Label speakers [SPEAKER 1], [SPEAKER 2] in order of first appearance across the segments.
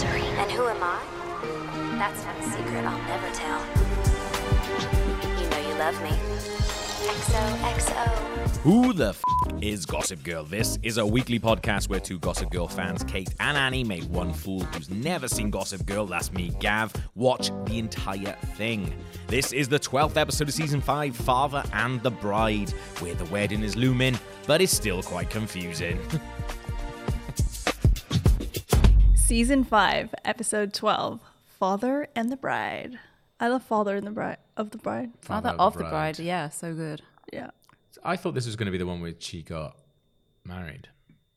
[SPEAKER 1] who am I? That's not a secret I'll never tell. You know you love me. XOXO.
[SPEAKER 2] Who the f- is Gossip Girl? This is a weekly podcast where two Gossip Girl fans, Kate and Annie, make one fool who's never seen Gossip Girl, that's me, Gav, watch the entire thing. This is the 12th episode of season 5, Father and the Bride, where the wedding is looming, but it's still quite confusing.
[SPEAKER 3] Season 5, Episode 12 Father and the Bride. I love Father and the Bride of the Bride.
[SPEAKER 4] Father of Oh, the bride. Yeah, so good.
[SPEAKER 3] Yeah.
[SPEAKER 5] I thought this was going to be the one where she got married.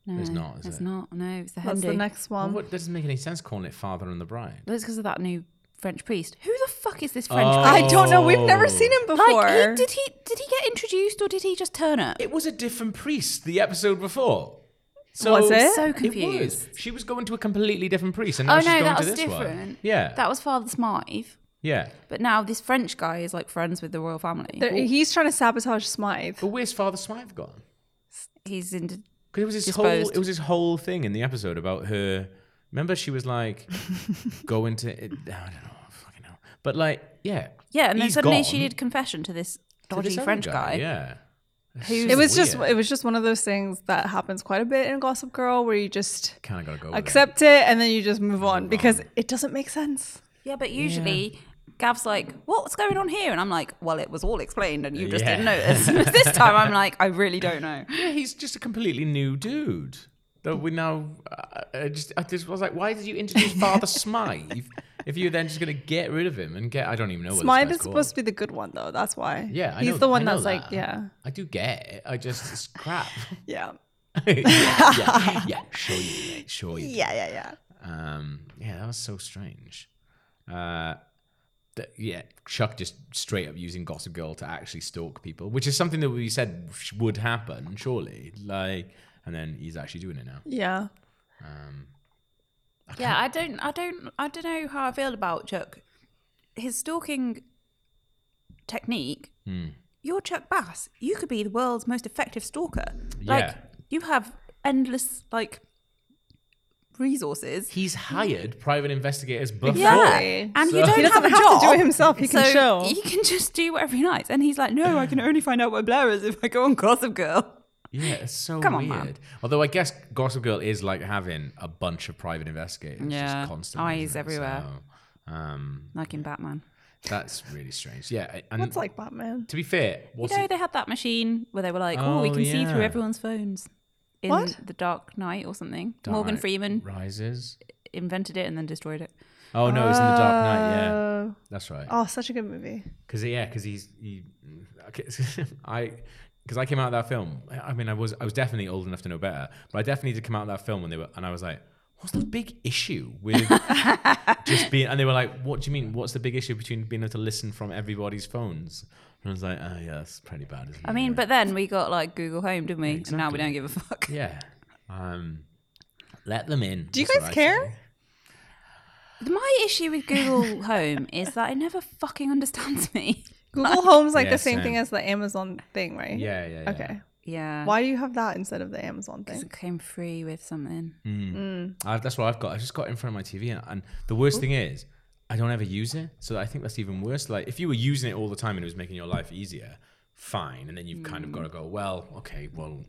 [SPEAKER 4] No,
[SPEAKER 5] It's not, is
[SPEAKER 4] it's
[SPEAKER 5] it?
[SPEAKER 4] not. No, it's the
[SPEAKER 3] What's
[SPEAKER 4] Hindi.
[SPEAKER 3] the next one?
[SPEAKER 5] what doesn't make any sense calling it Father and the Bride?
[SPEAKER 4] That's because of that new French priest. Who the fuck is this French
[SPEAKER 5] Oh.
[SPEAKER 4] priest?
[SPEAKER 3] I don't know. We've never seen him before.
[SPEAKER 4] Like, he, did he did he get introduced or did he just turn up?
[SPEAKER 5] It was a different priest the episode before. So,
[SPEAKER 3] Was it?
[SPEAKER 4] So
[SPEAKER 5] was.
[SPEAKER 4] confused.
[SPEAKER 5] She was going to a completely different priest, and now
[SPEAKER 4] Oh
[SPEAKER 5] she's
[SPEAKER 4] no,
[SPEAKER 5] going
[SPEAKER 4] that
[SPEAKER 5] to
[SPEAKER 4] was
[SPEAKER 5] this
[SPEAKER 4] different.
[SPEAKER 5] one. Yeah,
[SPEAKER 4] that was Father Smythe.
[SPEAKER 5] yeah.
[SPEAKER 4] But now this French guy is like friends with the royal family.
[SPEAKER 3] There- he's trying to sabotage Smythe.
[SPEAKER 5] But where's Father Smythe gone?
[SPEAKER 4] He's in.
[SPEAKER 5] Because it was his whole
[SPEAKER 4] Disposed.
[SPEAKER 5] it was his whole thing in the episode about her. Remember, she was like going to. It, I don't know, fucking hell. But like, yeah,
[SPEAKER 4] Yeah, and then
[SPEAKER 5] he's
[SPEAKER 4] suddenly
[SPEAKER 5] gone
[SPEAKER 4] she did confession to this
[SPEAKER 5] to
[SPEAKER 4] dodgy
[SPEAKER 5] this other
[SPEAKER 4] French guy.
[SPEAKER 5] Yeah,
[SPEAKER 4] Who's-
[SPEAKER 3] It was
[SPEAKER 5] Weird.
[SPEAKER 3] just it was just one of those things that happens quite a bit in Gossip Girl where you just
[SPEAKER 5] kind of gotta go. with it.
[SPEAKER 3] accept it and then you just move on because it doesn't make sense.
[SPEAKER 4] Yeah, but usually Gav's like, "What's going on here?" And I'm like, "Well, it was all explained, and you just
[SPEAKER 5] Yeah.
[SPEAKER 4] didn't notice." this time, I'm like, "I really don't know."
[SPEAKER 5] Yeah, he's just a completely new dude. That we now, uh, I just I just was like, why did you introduce Father Smythe if you're then just gonna get rid of him and get I don't even know what
[SPEAKER 3] Smythe
[SPEAKER 5] this
[SPEAKER 3] is
[SPEAKER 5] guy's
[SPEAKER 3] supposed to
[SPEAKER 5] called.
[SPEAKER 3] be the good one though. That's why.
[SPEAKER 5] Yeah, I
[SPEAKER 3] he's
[SPEAKER 5] know-
[SPEAKER 3] the one
[SPEAKER 5] I know
[SPEAKER 3] that's like
[SPEAKER 5] that.
[SPEAKER 3] yeah,
[SPEAKER 5] I do get it. I just it's crap.
[SPEAKER 3] yeah,
[SPEAKER 5] yeah, yeah, yeah, sure you, do, mate, sure you. do.
[SPEAKER 3] yeah, yeah, yeah.
[SPEAKER 5] Um, yeah, that was so strange. Uh, th- yeah, Chuck just straight up using Gossip Girl to actually stalk people, which is something that we said sh- would happen, surely. Like, and then he's actually doing it now.
[SPEAKER 3] Yeah.
[SPEAKER 5] Um,
[SPEAKER 4] Yeah, I don't, I don't, I don't know how I feel about Chuck. His stalking technique.
[SPEAKER 5] Hmm.
[SPEAKER 4] You're Chuck Bass. You could be the world's most effective stalker. Like
[SPEAKER 5] Yeah.
[SPEAKER 4] you have endless like resources.
[SPEAKER 5] he's hired private investigators before.
[SPEAKER 3] Exactly.
[SPEAKER 4] And
[SPEAKER 5] So-
[SPEAKER 4] you don't
[SPEAKER 3] He doesn't
[SPEAKER 4] have a
[SPEAKER 3] have,
[SPEAKER 4] job.
[SPEAKER 3] to do it himself. He can
[SPEAKER 4] so
[SPEAKER 3] chill.
[SPEAKER 4] He can just do whatever he likes. And he's like, no, I can only find out where Blair is if I go on Gossip Girl.
[SPEAKER 5] Yeah, it's so
[SPEAKER 4] Come on,
[SPEAKER 5] weird.
[SPEAKER 4] man.
[SPEAKER 5] Although I guess Gossip Girl is like having a bunch of private investigators
[SPEAKER 4] Yeah,
[SPEAKER 5] just constantly.
[SPEAKER 4] eyes
[SPEAKER 5] isn't it?
[SPEAKER 4] everywhere.
[SPEAKER 5] So, um,
[SPEAKER 4] Like in Batman.
[SPEAKER 5] that's really strange. Yeah, and
[SPEAKER 3] That's like Batman.
[SPEAKER 5] to be fair, what's
[SPEAKER 4] you know,
[SPEAKER 5] it-
[SPEAKER 4] they had that machine where they were like, oh, we
[SPEAKER 5] Oh,
[SPEAKER 4] can see through
[SPEAKER 5] yeah.
[SPEAKER 4] everyone's phones. In
[SPEAKER 3] What?
[SPEAKER 4] The Dark Knight or something. Morgan
[SPEAKER 5] Dark
[SPEAKER 4] Freeman
[SPEAKER 5] rises.
[SPEAKER 4] invented it and then destroyed it.
[SPEAKER 5] Oh no, it's in the Dark Knight. Yeah,
[SPEAKER 3] Uh,
[SPEAKER 5] that's right.
[SPEAKER 3] oh, such a good movie.
[SPEAKER 5] Because yeah, because he's he, okay, I because I came out of that film. I mean, I was I was definitely old enough to know better, but I definitely did come out of that film when they were, and I was like, what's the big issue with just being? And they were like, what do you mean? What's the big issue between being able to listen from everybody's phones? And I was like, oh yeah, that's pretty bad. Isn't
[SPEAKER 4] I mean, but then we got like Google Home, didn't we? And now
[SPEAKER 5] Exactly.
[SPEAKER 4] we don't give a fuck.
[SPEAKER 5] it? yeah, um, let them in.
[SPEAKER 3] Do you
[SPEAKER 5] That's
[SPEAKER 3] guys
[SPEAKER 5] what I
[SPEAKER 3] care?
[SPEAKER 5] say.
[SPEAKER 4] My issue with Google Home is that it never fucking understands me.
[SPEAKER 3] Google Home's like
[SPEAKER 5] Yeah,
[SPEAKER 3] the same, thing
[SPEAKER 5] same.
[SPEAKER 3] as the Amazon thing, right?
[SPEAKER 5] Yeah, yeah, yeah.
[SPEAKER 3] Okay.
[SPEAKER 4] Yeah.
[SPEAKER 3] Why do you have that instead of the Amazon thing?
[SPEAKER 4] It came free with something.
[SPEAKER 5] I, that's what I've got. I just got it in front of my TV, and, and the worst thing is, I don't ever use it. So I think that's even worse. Like if you were using it all the time and it was making your life easier, fine. And then you've kind of got to go, well, okay, well,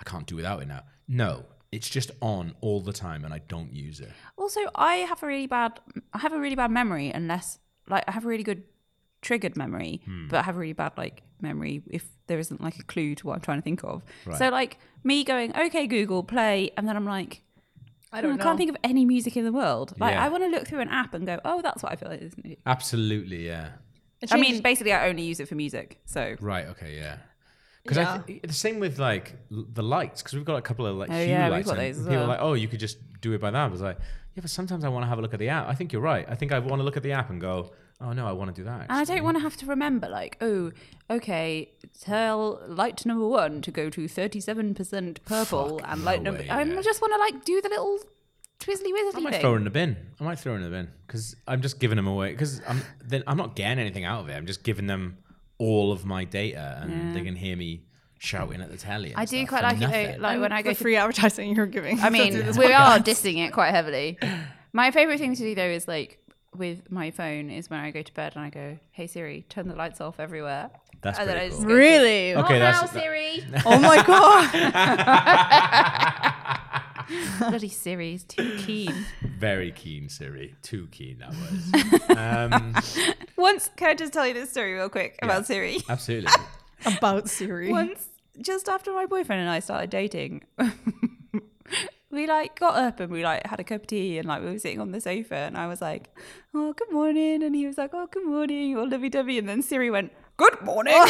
[SPEAKER 5] I can't do without it now. No, it's just on all the time, and I don't use it.
[SPEAKER 4] Also, I have a really bad I have a really bad memory unless like I have a really good triggered memory, but I have a really bad like memory if there isn't like a clue to what I'm trying to think of. So like me going, "Okay, Google, play," and then I'm like, "Oh,
[SPEAKER 3] I
[SPEAKER 4] "I
[SPEAKER 3] don't know.
[SPEAKER 4] can't think of any music in the world." Like
[SPEAKER 5] Yeah.
[SPEAKER 4] I want to look through an app and go, "Oh, that's what I feel like." Isn't it?
[SPEAKER 5] Absolutely, yeah.
[SPEAKER 4] I mean, basically I only use it for music. So
[SPEAKER 5] Right. Okay. Yeah. Because the same with like l- the lights, because we've got a couple of like
[SPEAKER 4] Oh,
[SPEAKER 5] hue
[SPEAKER 4] yeah, we've
[SPEAKER 5] lights,
[SPEAKER 4] got
[SPEAKER 5] and
[SPEAKER 4] those as
[SPEAKER 5] people are
[SPEAKER 4] well.
[SPEAKER 5] like, "Oh, you could just do it by that." I was like, "Yeah, but sometimes I want to have a look at the app." I think you're right. I think I want to look at the app and go, "Oh no, I want to do that."
[SPEAKER 4] and I don't want to have to remember like, "Oh, okay, tell light number 1 to go to 37% purple
[SPEAKER 5] Fuck,
[SPEAKER 4] and
[SPEAKER 5] no
[SPEAKER 4] light number
[SPEAKER 5] way,
[SPEAKER 4] I
[SPEAKER 5] yeah.
[SPEAKER 4] just want to like do the little Twizzly
[SPEAKER 5] I
[SPEAKER 4] wizzly
[SPEAKER 5] might
[SPEAKER 4] thing.
[SPEAKER 5] throw it in the bin. I might throw it in the bin because I'm just giving them away. Because I'm then I'm not getting anything out of it. I'm just giving them all of my data, and they can hear me shouting at the telly. and
[SPEAKER 4] I do
[SPEAKER 5] stuff
[SPEAKER 4] quite
[SPEAKER 5] for
[SPEAKER 4] like
[SPEAKER 5] nothing.
[SPEAKER 4] it though. Like when I go
[SPEAKER 3] the
[SPEAKER 4] to,
[SPEAKER 3] free advertising you're giving.
[SPEAKER 4] I mean, we are dissing it quite heavily. My favorite thing to do though is like with my phone is when I go to bed and I go, "Hey Siri, turn the lights off everywhere."
[SPEAKER 2] That's
[SPEAKER 4] and then
[SPEAKER 2] pretty
[SPEAKER 4] I just
[SPEAKER 2] cool.
[SPEAKER 4] go,
[SPEAKER 3] Really?
[SPEAKER 4] "Not
[SPEAKER 5] Okay, that's- that-
[SPEAKER 4] now, Siri.
[SPEAKER 3] Oh my god.
[SPEAKER 4] Bloody Siri's too keen.
[SPEAKER 5] Very keen, Siri. Too keen, that was. um,
[SPEAKER 4] Once, can I just tell you this story real quick about Siri?
[SPEAKER 5] absolutely.
[SPEAKER 3] About Siri.
[SPEAKER 4] Once, just after my boyfriend and I started dating, we like got up and we like had a cup of tea and like we were sitting on the sofa and I was like, "Oh, good morning," and he was like, "Oh, good morning," all lovey dovey, and then Siri went, "Good morning."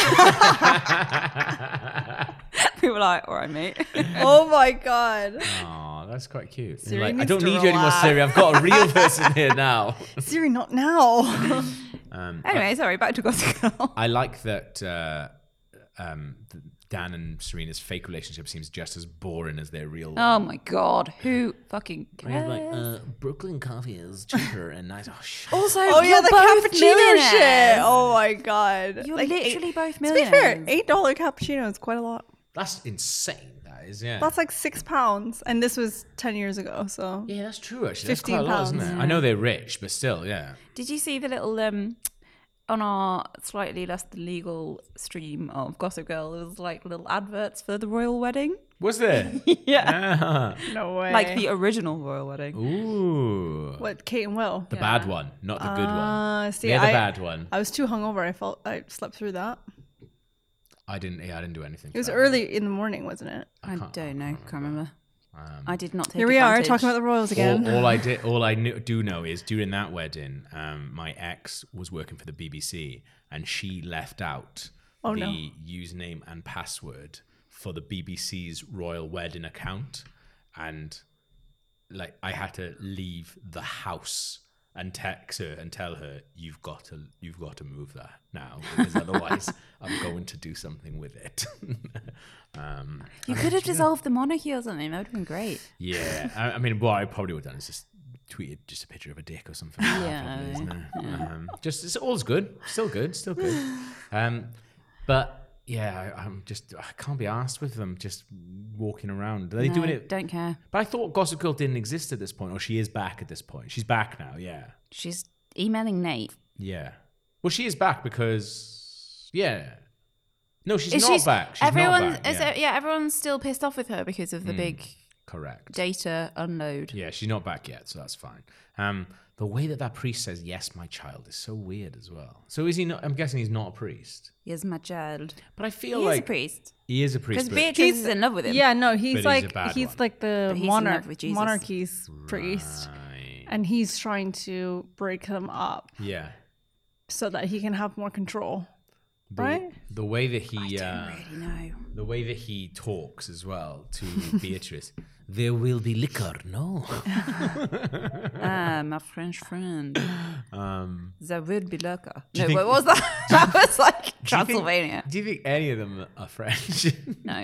[SPEAKER 4] we were like, "All right, mate."
[SPEAKER 3] Oh my god.
[SPEAKER 5] Um, Aw, that's quite cute. And
[SPEAKER 3] Siri
[SPEAKER 5] like, I
[SPEAKER 3] needs
[SPEAKER 5] don't
[SPEAKER 3] to
[SPEAKER 5] need you anymore,
[SPEAKER 3] relax."
[SPEAKER 5] Siri. I've got a real person here now.
[SPEAKER 3] Siri, not now.
[SPEAKER 5] Um, I-
[SPEAKER 4] anyway, sorry, back to Gossip Girl.
[SPEAKER 5] I like that uh, um, th- Dan and Serena's fake relationship seems just as boring as their real one.
[SPEAKER 4] Oh my god, who fucking cares?
[SPEAKER 5] uh, Brooklyn coffee is cheaper and nice. Oh, shit.
[SPEAKER 4] also,
[SPEAKER 3] Oh yeah,
[SPEAKER 4] you're
[SPEAKER 3] the
[SPEAKER 4] both
[SPEAKER 3] cappuccino shit.
[SPEAKER 4] millionaires.
[SPEAKER 3] Oh my god.
[SPEAKER 4] You're
[SPEAKER 3] Like,
[SPEAKER 4] literally both
[SPEAKER 3] To be fair,
[SPEAKER 4] millionaires.
[SPEAKER 3] eight dollar cappuccino is quite a lot.
[SPEAKER 5] That's insane. That is, yeah.
[SPEAKER 3] That's like six pounds, and this was ten years ago. So
[SPEAKER 5] yeah, that's true, actually. That's quite a
[SPEAKER 3] 15
[SPEAKER 5] lot, isn't it?
[SPEAKER 3] pounds.
[SPEAKER 5] I know they're rich, but still, yeah.
[SPEAKER 4] Did you see the little um on our slightly less than legal stream of Gossip Girl? There was like little adverts for the royal wedding,
[SPEAKER 5] Was there? Uh-huh. yeah.
[SPEAKER 3] no way.
[SPEAKER 4] like the original royal wedding.
[SPEAKER 5] Ooh.
[SPEAKER 3] what Kate and Will.
[SPEAKER 5] The bad one, not the good one.
[SPEAKER 3] Uh, see,
[SPEAKER 5] the other
[SPEAKER 3] I,
[SPEAKER 5] bad one.
[SPEAKER 3] I was too hungover. I felt I slept through that.
[SPEAKER 5] I didn't. Yeah, I didn't do anything.
[SPEAKER 3] It was early in the morning, wasn't it?
[SPEAKER 4] I, don't know, can't remember. I did not take.
[SPEAKER 3] Here we are
[SPEAKER 4] advantage.
[SPEAKER 3] talking about the Royals again.
[SPEAKER 5] All, all I did, all I knew, do know is during that wedding, um, my ex was working for the BBC, and she left out
[SPEAKER 3] Oh,
[SPEAKER 5] the
[SPEAKER 3] no.
[SPEAKER 5] username and password for the BBC's royal wedding account, and like I had to leave the house and text her and tell her you've got to you've got to move that now because otherwise I'm going to do something with it. um,
[SPEAKER 4] You could have dissolved the monarchy or something. That would have been great.
[SPEAKER 5] yeah, I, I mean, what I probably would have done is just tweeted just a picture of a dick or something. like that,
[SPEAKER 4] Yeah,
[SPEAKER 5] probably, isn't it? Um, just it's all's good, still good, still good. Um, but yeah, I, I'm just I can't be asked with them just walking around. Are they doing
[SPEAKER 4] No,
[SPEAKER 5] it?
[SPEAKER 4] Don't care.
[SPEAKER 5] But I thought Gossip Girl didn't exist at this point, or she is back at this point. She's back now. Yeah,
[SPEAKER 4] She's emailing Nate.
[SPEAKER 5] yeah. Well, she is back because yeah. No, she's
[SPEAKER 4] Is
[SPEAKER 5] not back. She's
[SPEAKER 4] everyone's
[SPEAKER 5] not back.
[SPEAKER 4] is
[SPEAKER 5] Yeah.
[SPEAKER 4] it- yeah, everyone's still pissed off with her because of the big
[SPEAKER 5] Correct.
[SPEAKER 4] data unload.
[SPEAKER 5] Yeah, she's not back yet, so that's fine. Um, the way that that priest says "yes, my child" is so weird as well. So is he not? I'm guessing he's not a priest,
[SPEAKER 4] Here's my child.
[SPEAKER 5] but I feel
[SPEAKER 4] He
[SPEAKER 5] like
[SPEAKER 4] is a priest
[SPEAKER 5] he is a priest.
[SPEAKER 4] because
[SPEAKER 5] But
[SPEAKER 4] Beatrice is in love with him.
[SPEAKER 3] Yeah, no,
[SPEAKER 5] But
[SPEAKER 3] he's
[SPEAKER 5] he's a
[SPEAKER 3] like
[SPEAKER 5] bad
[SPEAKER 3] he's,
[SPEAKER 5] one.
[SPEAKER 3] like the
[SPEAKER 4] But he's in love
[SPEAKER 3] monarch
[SPEAKER 4] with Jesus.
[SPEAKER 3] monarchy's priest,
[SPEAKER 5] Right.
[SPEAKER 3] and he's trying to break them up
[SPEAKER 5] yeah,
[SPEAKER 3] so that he can have more control.
[SPEAKER 5] the,
[SPEAKER 3] Right?
[SPEAKER 5] The way that he, uh,
[SPEAKER 4] Really, no.
[SPEAKER 5] the way that he talks as well to Beatrice. There will be liquor, no.
[SPEAKER 4] Ah, my French friend.
[SPEAKER 5] Um,
[SPEAKER 4] There would be liquor.
[SPEAKER 5] you
[SPEAKER 4] No,
[SPEAKER 5] think-
[SPEAKER 4] what was that? that was like
[SPEAKER 5] do you think-
[SPEAKER 4] Transylvania.
[SPEAKER 5] Do you think any of them are French? do
[SPEAKER 4] No.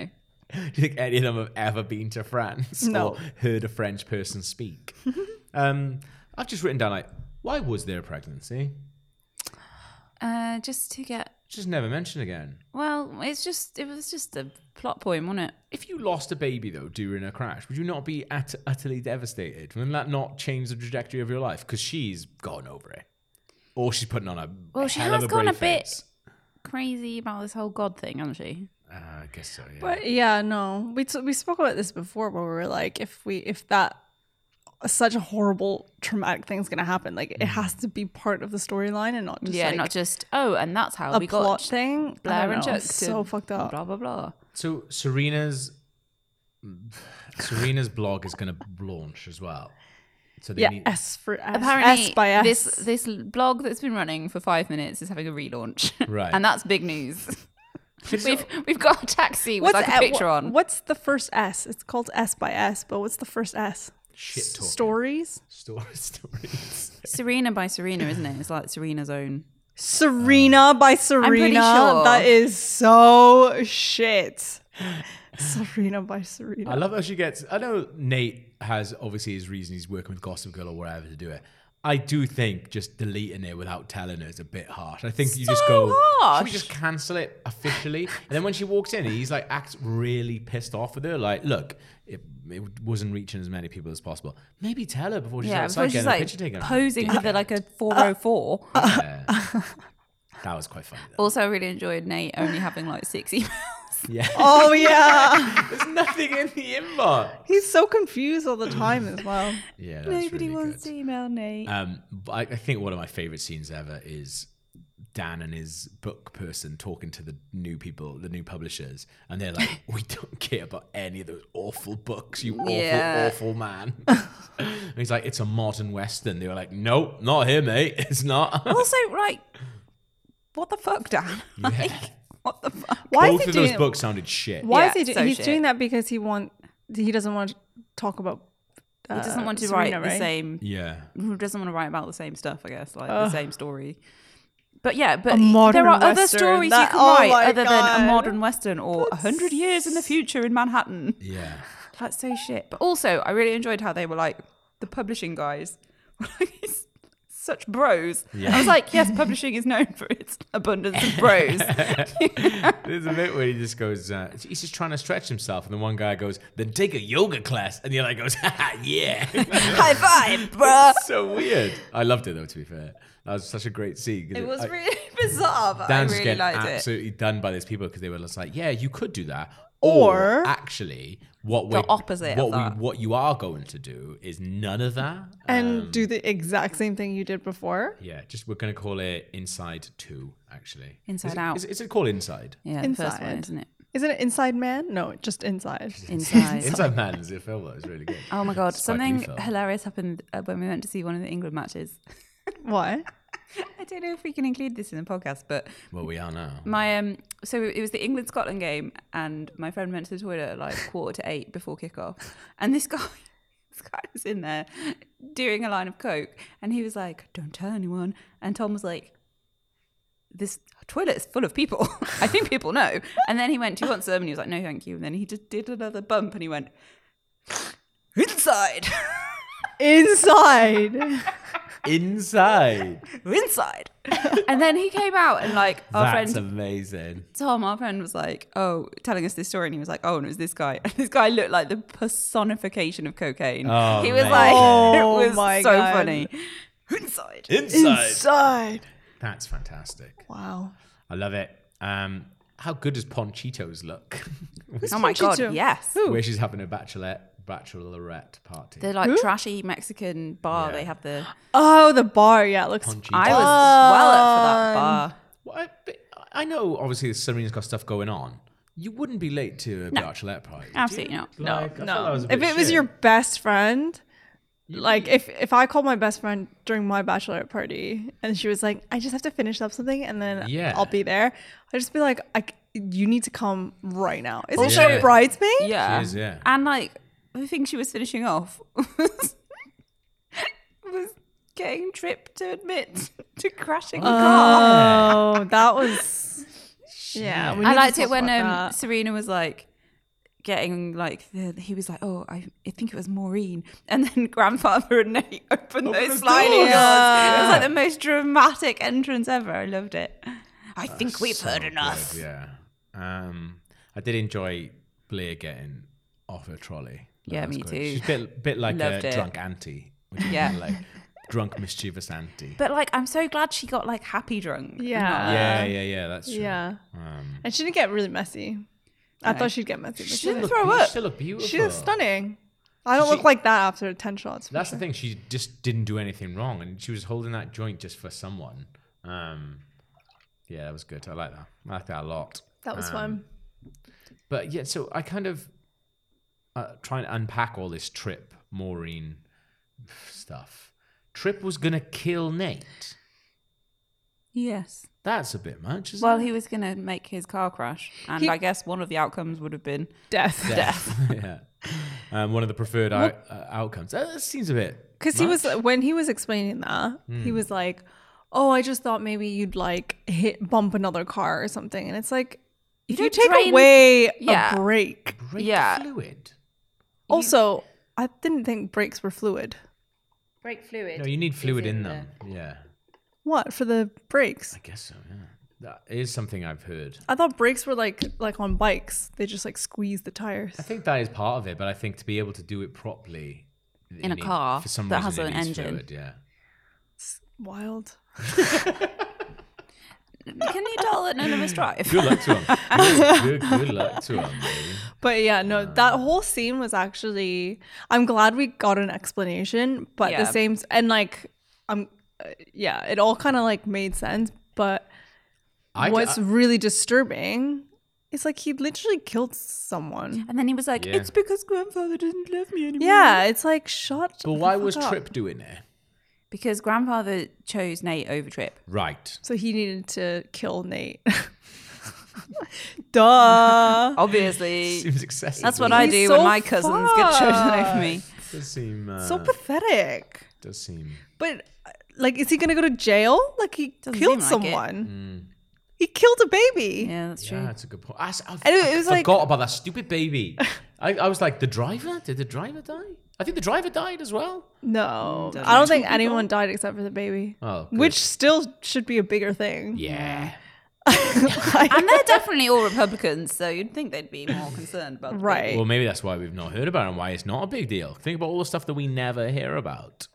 [SPEAKER 5] you think any of them have ever been to France
[SPEAKER 3] No.
[SPEAKER 5] or heard a French person speak? um, I've just written down like, why was there a pregnancy?
[SPEAKER 4] Uh, just to get.
[SPEAKER 5] Just never mentioned again.
[SPEAKER 4] Well, it's just it was just a plot point, wasn't it?
[SPEAKER 5] If you lost a baby though during a crash, would you not be at- utterly devastated? Wouldn't that not change the trajectory of your life? Because she's gone over it, or she's putting on a
[SPEAKER 4] Well, she
[SPEAKER 5] hell
[SPEAKER 4] has
[SPEAKER 5] of a
[SPEAKER 4] gone
[SPEAKER 5] brave
[SPEAKER 4] a bit-
[SPEAKER 5] face.
[SPEAKER 4] Crazy about this whole god thing, hasn't she?
[SPEAKER 5] Uh, I guess so. Yeah.
[SPEAKER 3] But yeah, no, we t- we spoke about this before, where we were like, if we if that such a horrible traumatic thing's gonna happen, like
[SPEAKER 5] Mm.
[SPEAKER 3] it has to be part of the storyline and not just
[SPEAKER 4] yeah,
[SPEAKER 3] like,
[SPEAKER 4] not just oh, and that's how
[SPEAKER 3] a
[SPEAKER 4] we
[SPEAKER 3] plot
[SPEAKER 4] got
[SPEAKER 3] thing. I
[SPEAKER 4] Blair
[SPEAKER 3] don't
[SPEAKER 4] and
[SPEAKER 3] know,
[SPEAKER 4] Chuck.
[SPEAKER 3] it's so
[SPEAKER 4] to
[SPEAKER 3] fucked up.
[SPEAKER 4] Blah blah blah.
[SPEAKER 5] So Serena's Serena's blog is going to launch as well. So they
[SPEAKER 3] Yeah,
[SPEAKER 5] need,
[SPEAKER 3] S for S.
[SPEAKER 4] Apparently,
[SPEAKER 3] S by S.
[SPEAKER 4] this this blog that's been running for five minutes is having a relaunch,
[SPEAKER 5] Right.
[SPEAKER 4] and that's big news. we've we've got a taxi with like a
[SPEAKER 3] a-
[SPEAKER 4] picture
[SPEAKER 3] wha-
[SPEAKER 4] on.
[SPEAKER 3] What's uh, the first S? It's called S by S, but what's the first S?
[SPEAKER 5] shit talking.
[SPEAKER 3] Stories.
[SPEAKER 5] Story, stories.
[SPEAKER 4] Serena by Serena, isn't it? It's like Serena's own.
[SPEAKER 5] Um,
[SPEAKER 3] Serena by Serena.
[SPEAKER 4] sure.
[SPEAKER 3] That is so shit. Serena by Serena.
[SPEAKER 5] I love how she gets. I know Nate has obviously his reason he's working with Gossip Girl or whatever to do it. I do think just deleting it without telling her is a bit harsh. I think you just go, should we just cancel it officially? and then when she walks in, he's like acts really pissed off with her. Like, look, it, it wasn't reaching as many people as possible. Maybe tell her before she's
[SPEAKER 4] yeah,
[SPEAKER 5] outside
[SPEAKER 4] before she's
[SPEAKER 5] getting a
[SPEAKER 4] like
[SPEAKER 5] picture taken.
[SPEAKER 4] posing with it like a 404.
[SPEAKER 5] That was quite funny. Though.
[SPEAKER 4] also, I really enjoyed Nate only having like six emails.
[SPEAKER 5] Yeah,
[SPEAKER 3] Oh yeah,
[SPEAKER 5] there's nothing in the inbox.
[SPEAKER 3] he's so confused all the time as well.
[SPEAKER 5] Yeah, that's
[SPEAKER 4] Nobody
[SPEAKER 5] really
[SPEAKER 4] wants
[SPEAKER 5] good.
[SPEAKER 4] to email Nate.
[SPEAKER 5] Um, but I, I think one of my favorite scenes ever is Dan and his book person talking to the new people, the new publishers, and they're like, "We don't care about any of those awful books, you awful,
[SPEAKER 4] Yeah.
[SPEAKER 5] awful man." and he's like, "It's a modern western." They were like, "Nope, not here, mate. It's not."
[SPEAKER 4] also, like, what the fuck, Dan? Like, what the fuck?
[SPEAKER 3] Why is
[SPEAKER 5] Both
[SPEAKER 3] he
[SPEAKER 5] of those
[SPEAKER 3] doing it?
[SPEAKER 5] books sounded shit.
[SPEAKER 3] Why
[SPEAKER 4] Yeah,
[SPEAKER 3] is he doing?
[SPEAKER 4] so
[SPEAKER 3] he's
[SPEAKER 4] shit.
[SPEAKER 3] doing that because he want he doesn't want to talk about.
[SPEAKER 4] He doesn't
[SPEAKER 3] uh,
[SPEAKER 4] want to
[SPEAKER 3] Serena,
[SPEAKER 4] write the
[SPEAKER 3] right?
[SPEAKER 4] same.
[SPEAKER 5] Yeah,
[SPEAKER 4] Who doesn't want to write about the same stuff? I guess like the same story. But yeah, but
[SPEAKER 3] modern
[SPEAKER 4] there are other
[SPEAKER 3] Western,
[SPEAKER 4] stories
[SPEAKER 3] that-
[SPEAKER 4] you can
[SPEAKER 3] oh
[SPEAKER 4] write
[SPEAKER 3] my
[SPEAKER 4] other than
[SPEAKER 3] God.
[SPEAKER 4] a modern Western or a hundred years in the future in Manhattan.
[SPEAKER 5] yeah.
[SPEAKER 4] That's so shit. But also, I really enjoyed how they were like the publishing guys. were like, "It's Such bros. I was like, yes, publishing is known for its abundance of bros.
[SPEAKER 5] There's a bit where he just goes, uh, he's just trying to stretch himself, and the one guy goes, "Then take a yoga class," and the other goes, "Ha "Yeah."
[SPEAKER 4] High five, bro.
[SPEAKER 5] so weird. I loved it though. To be fair, that was such a great scene. 'cause
[SPEAKER 4] It was
[SPEAKER 5] I-
[SPEAKER 4] really bizarre, but
[SPEAKER 5] Dan's
[SPEAKER 4] I really
[SPEAKER 5] getting
[SPEAKER 4] liked it.
[SPEAKER 5] absolutely done by these people because they were just like, "Yeah, you could do that."
[SPEAKER 3] Or-
[SPEAKER 5] actually, what
[SPEAKER 4] The
[SPEAKER 5] we
[SPEAKER 4] opposite
[SPEAKER 5] what
[SPEAKER 4] of that.
[SPEAKER 5] we what you are going to do is none of that.
[SPEAKER 3] and
[SPEAKER 5] Um,
[SPEAKER 3] do the exact same thing you did before.
[SPEAKER 5] yeah, just we're gonna call it Inside Two. Actually,
[SPEAKER 4] Inside
[SPEAKER 5] Is it-
[SPEAKER 4] Out.
[SPEAKER 5] Is, is it called Inside?
[SPEAKER 4] Yeah, the first one,
[SPEAKER 3] Inside.
[SPEAKER 4] isn't it?
[SPEAKER 3] Isn't it Inside Man? No, just Inside.
[SPEAKER 4] Inside.
[SPEAKER 5] Inside Man is a film that was really good.
[SPEAKER 4] Oh my god!
[SPEAKER 5] Spike
[SPEAKER 4] Something
[SPEAKER 5] Lee film.
[SPEAKER 4] hilarious happened uh, when we went to see one of the England matches.
[SPEAKER 3] Why?
[SPEAKER 4] I don't know if we can include this in the podcast, but
[SPEAKER 5] Well, we are now.
[SPEAKER 4] my um, so it was the England Scotland game, and my friend went to the toilet at like quarter to eight before kickoff, and this guy, this guy was in there doing a line of coke, and he was like, "Don't tell anyone," and Tom was like. This toilet is full of people. I think people know. And then he went, Do you want some? And he was like, No, thank you. And then he just did another bump and he went, Inside.
[SPEAKER 3] Inside.
[SPEAKER 5] Inside.
[SPEAKER 4] inside. and then he came out and like our
[SPEAKER 5] That's
[SPEAKER 4] friend
[SPEAKER 5] amazing.
[SPEAKER 4] Tom, our friend was like, oh, telling us this story, and he was like, oh, and it was this guy. And this guy looked like the personification of cocaine.
[SPEAKER 5] Oh,
[SPEAKER 4] he was
[SPEAKER 5] amazing.
[SPEAKER 4] like,
[SPEAKER 3] Oh,
[SPEAKER 4] it was
[SPEAKER 3] my
[SPEAKER 4] so
[SPEAKER 3] God.
[SPEAKER 4] funny. Inside.
[SPEAKER 5] Inside.
[SPEAKER 3] Inside.
[SPEAKER 5] That's fantastic.
[SPEAKER 3] Wow.
[SPEAKER 5] I love it. Um, how good does Ponchitos look?
[SPEAKER 4] oh my god,
[SPEAKER 3] Conchita.
[SPEAKER 4] yes.
[SPEAKER 5] Where she's having a bachelorette bachelorette party.
[SPEAKER 4] The like trashy Mexican bar. They have the.
[SPEAKER 3] Oh, the bar. Yeah, it looks.
[SPEAKER 4] I
[SPEAKER 5] Ponchitos.
[SPEAKER 4] was well up for that bar.
[SPEAKER 5] Well, I, but I know, obviously, Serena's got stuff going on. You wouldn't be late to a bachelorette party. would
[SPEAKER 4] Absolutely
[SPEAKER 5] you?
[SPEAKER 4] not.
[SPEAKER 5] Like, I thought that was a
[SPEAKER 3] If
[SPEAKER 5] bit
[SPEAKER 3] it was
[SPEAKER 5] shit.
[SPEAKER 3] your best friend, like if if I called my best friend during my bachelorette party and she was like, "I just have to finish up something and then
[SPEAKER 5] Yeah.
[SPEAKER 3] I'll be there," I'd just be like, I, c- "You need to come right now." Is not she
[SPEAKER 5] Also-
[SPEAKER 3] a bridesmaid?
[SPEAKER 4] Yeah.
[SPEAKER 5] She is, yeah.
[SPEAKER 4] And like the thing she was finishing off was, was getting Trip to admit to crashing the car.
[SPEAKER 3] Oh, that was. Yeah, we
[SPEAKER 4] I
[SPEAKER 3] need to
[SPEAKER 4] liked
[SPEAKER 3] talk
[SPEAKER 4] it when
[SPEAKER 3] about
[SPEAKER 4] um,
[SPEAKER 3] that.
[SPEAKER 4] Serena was like getting like the, he was like oh I, I think it was Maureen and then grandfather and Nate opened those sliding doors. It was like the most dramatic entrance ever. I loved it. I think we've heard enough.
[SPEAKER 5] Good, yeah. Um, I did enjoy Blair getting off her trolley. That
[SPEAKER 4] Yeah,
[SPEAKER 5] was
[SPEAKER 4] me
[SPEAKER 5] good.
[SPEAKER 4] too.
[SPEAKER 5] She's a bit, bit like
[SPEAKER 4] Loved
[SPEAKER 5] a
[SPEAKER 4] it.
[SPEAKER 5] drunk auntie. Which
[SPEAKER 4] Yeah.
[SPEAKER 5] yeah. Like drunk, mischievous auntie.
[SPEAKER 4] But like I'm so glad she got like happy drunk.
[SPEAKER 3] Yeah.
[SPEAKER 4] uh,
[SPEAKER 5] yeah, yeah, yeah. That's true.
[SPEAKER 3] Yeah.
[SPEAKER 5] Um,
[SPEAKER 3] And she didn't get really messy. I thought she'd get messy. But she,
[SPEAKER 4] She didn't
[SPEAKER 3] didn't.
[SPEAKER 4] throw up.
[SPEAKER 5] She looked beautiful.
[SPEAKER 3] She was stunning. I don't
[SPEAKER 5] She-
[SPEAKER 3] look like that after 10 shots.
[SPEAKER 5] That's the thing. She just didn't do anything wrong, and she was holding that joint just for someone. Um, yeah, that was good. I like that. I like that a lot.
[SPEAKER 3] That was
[SPEAKER 5] Um,
[SPEAKER 3] fun.
[SPEAKER 5] But yeah, so I kind of uh, trying to unpack all this trip Maureen stuff. Trip was gonna kill Nate.
[SPEAKER 4] Yes.
[SPEAKER 5] That's a bit much, isn't
[SPEAKER 4] Well,
[SPEAKER 5] it?
[SPEAKER 4] he was going to make his car crash, and
[SPEAKER 3] He-
[SPEAKER 4] I guess one of the outcomes would have been
[SPEAKER 3] Death.
[SPEAKER 5] yeah. Um, one of the preferred out, uh, outcomes. That, that seems a bit
[SPEAKER 3] Because he was, when he was explaining that, he was like, oh, I just thought maybe you'd like hit, bump another car or something. And it's like, if you,
[SPEAKER 4] don't
[SPEAKER 3] take
[SPEAKER 4] drain-
[SPEAKER 3] away
[SPEAKER 4] Yeah.
[SPEAKER 3] a break.
[SPEAKER 5] great
[SPEAKER 4] Yeah.
[SPEAKER 5] fluid.
[SPEAKER 3] Also, I didn't think breaks were fluid.
[SPEAKER 6] Brake fluid.
[SPEAKER 5] No, you need
[SPEAKER 6] is
[SPEAKER 5] fluid in
[SPEAKER 6] the-
[SPEAKER 5] them. Yeah,
[SPEAKER 3] What for the brakes?
[SPEAKER 5] I guess so. Yeah, that is something I've heard.
[SPEAKER 3] I thought brakes were like like on bikes. They just like squeeze the tires.
[SPEAKER 5] I think that is part of it, but I think to be able to do it properly you
[SPEAKER 4] In a
[SPEAKER 5] need-
[SPEAKER 4] car
[SPEAKER 5] for some
[SPEAKER 4] that
[SPEAKER 5] reason it
[SPEAKER 4] has an
[SPEAKER 5] needs
[SPEAKER 4] engine.
[SPEAKER 5] fluid, yeah.
[SPEAKER 3] Wild.
[SPEAKER 4] Can you tell that none of us drive?
[SPEAKER 5] Good luck to him. Good, good, good luck to him. Baby.
[SPEAKER 3] But yeah, no, that whole scene was actually. I'm glad we got an explanation, but
[SPEAKER 4] Yeah.
[SPEAKER 3] the same and like, I'm, uh, yeah, it all kind of like made sense. But
[SPEAKER 5] I,
[SPEAKER 3] what's
[SPEAKER 5] I-
[SPEAKER 3] really disturbing is like he literally killed someone.
[SPEAKER 4] And then he was like,
[SPEAKER 5] Yeah.
[SPEAKER 4] "It's because grandfather didn't love me anymore."
[SPEAKER 3] Yeah, it's like shut.
[SPEAKER 5] but
[SPEAKER 3] the
[SPEAKER 5] why
[SPEAKER 3] fuck
[SPEAKER 5] was
[SPEAKER 3] up.
[SPEAKER 5] Trip doing it?
[SPEAKER 4] because grandfather chose Nate over Trip.
[SPEAKER 5] Right.
[SPEAKER 3] So he needed to kill Nate. Duh.
[SPEAKER 4] Obviously,
[SPEAKER 5] Seems excessive.
[SPEAKER 4] that's what
[SPEAKER 5] doesn't
[SPEAKER 4] I
[SPEAKER 3] He's
[SPEAKER 4] do
[SPEAKER 3] so
[SPEAKER 4] when my cousins get chosen over me.
[SPEAKER 5] it? does seem. Uh,
[SPEAKER 3] so pathetic.
[SPEAKER 5] does seem.
[SPEAKER 3] But like, is he gonna go to jail? Like he
[SPEAKER 4] Doesn't
[SPEAKER 3] killed
[SPEAKER 4] seem like it.
[SPEAKER 3] someone. He killed a baby.
[SPEAKER 4] Yeah, that's true.
[SPEAKER 5] Yeah, that's a good point. I, s- I f-
[SPEAKER 3] And it-
[SPEAKER 5] I
[SPEAKER 3] it was like-
[SPEAKER 5] forgot about that stupid baby. I, I was like, the driver? Did the driver die? I think the driver died as well.
[SPEAKER 3] No,
[SPEAKER 5] Mm,
[SPEAKER 3] I don't think anyone died except for the baby,
[SPEAKER 5] Oh, good.
[SPEAKER 3] which still should be a bigger thing.
[SPEAKER 5] Yeah.
[SPEAKER 4] And they're definitely all Republicans, so you'd think they'd be more concerned about. the
[SPEAKER 3] Right.
[SPEAKER 5] Well, maybe that's why we've not heard about it and why it's not a big deal. Think about all the stuff that we never hear about.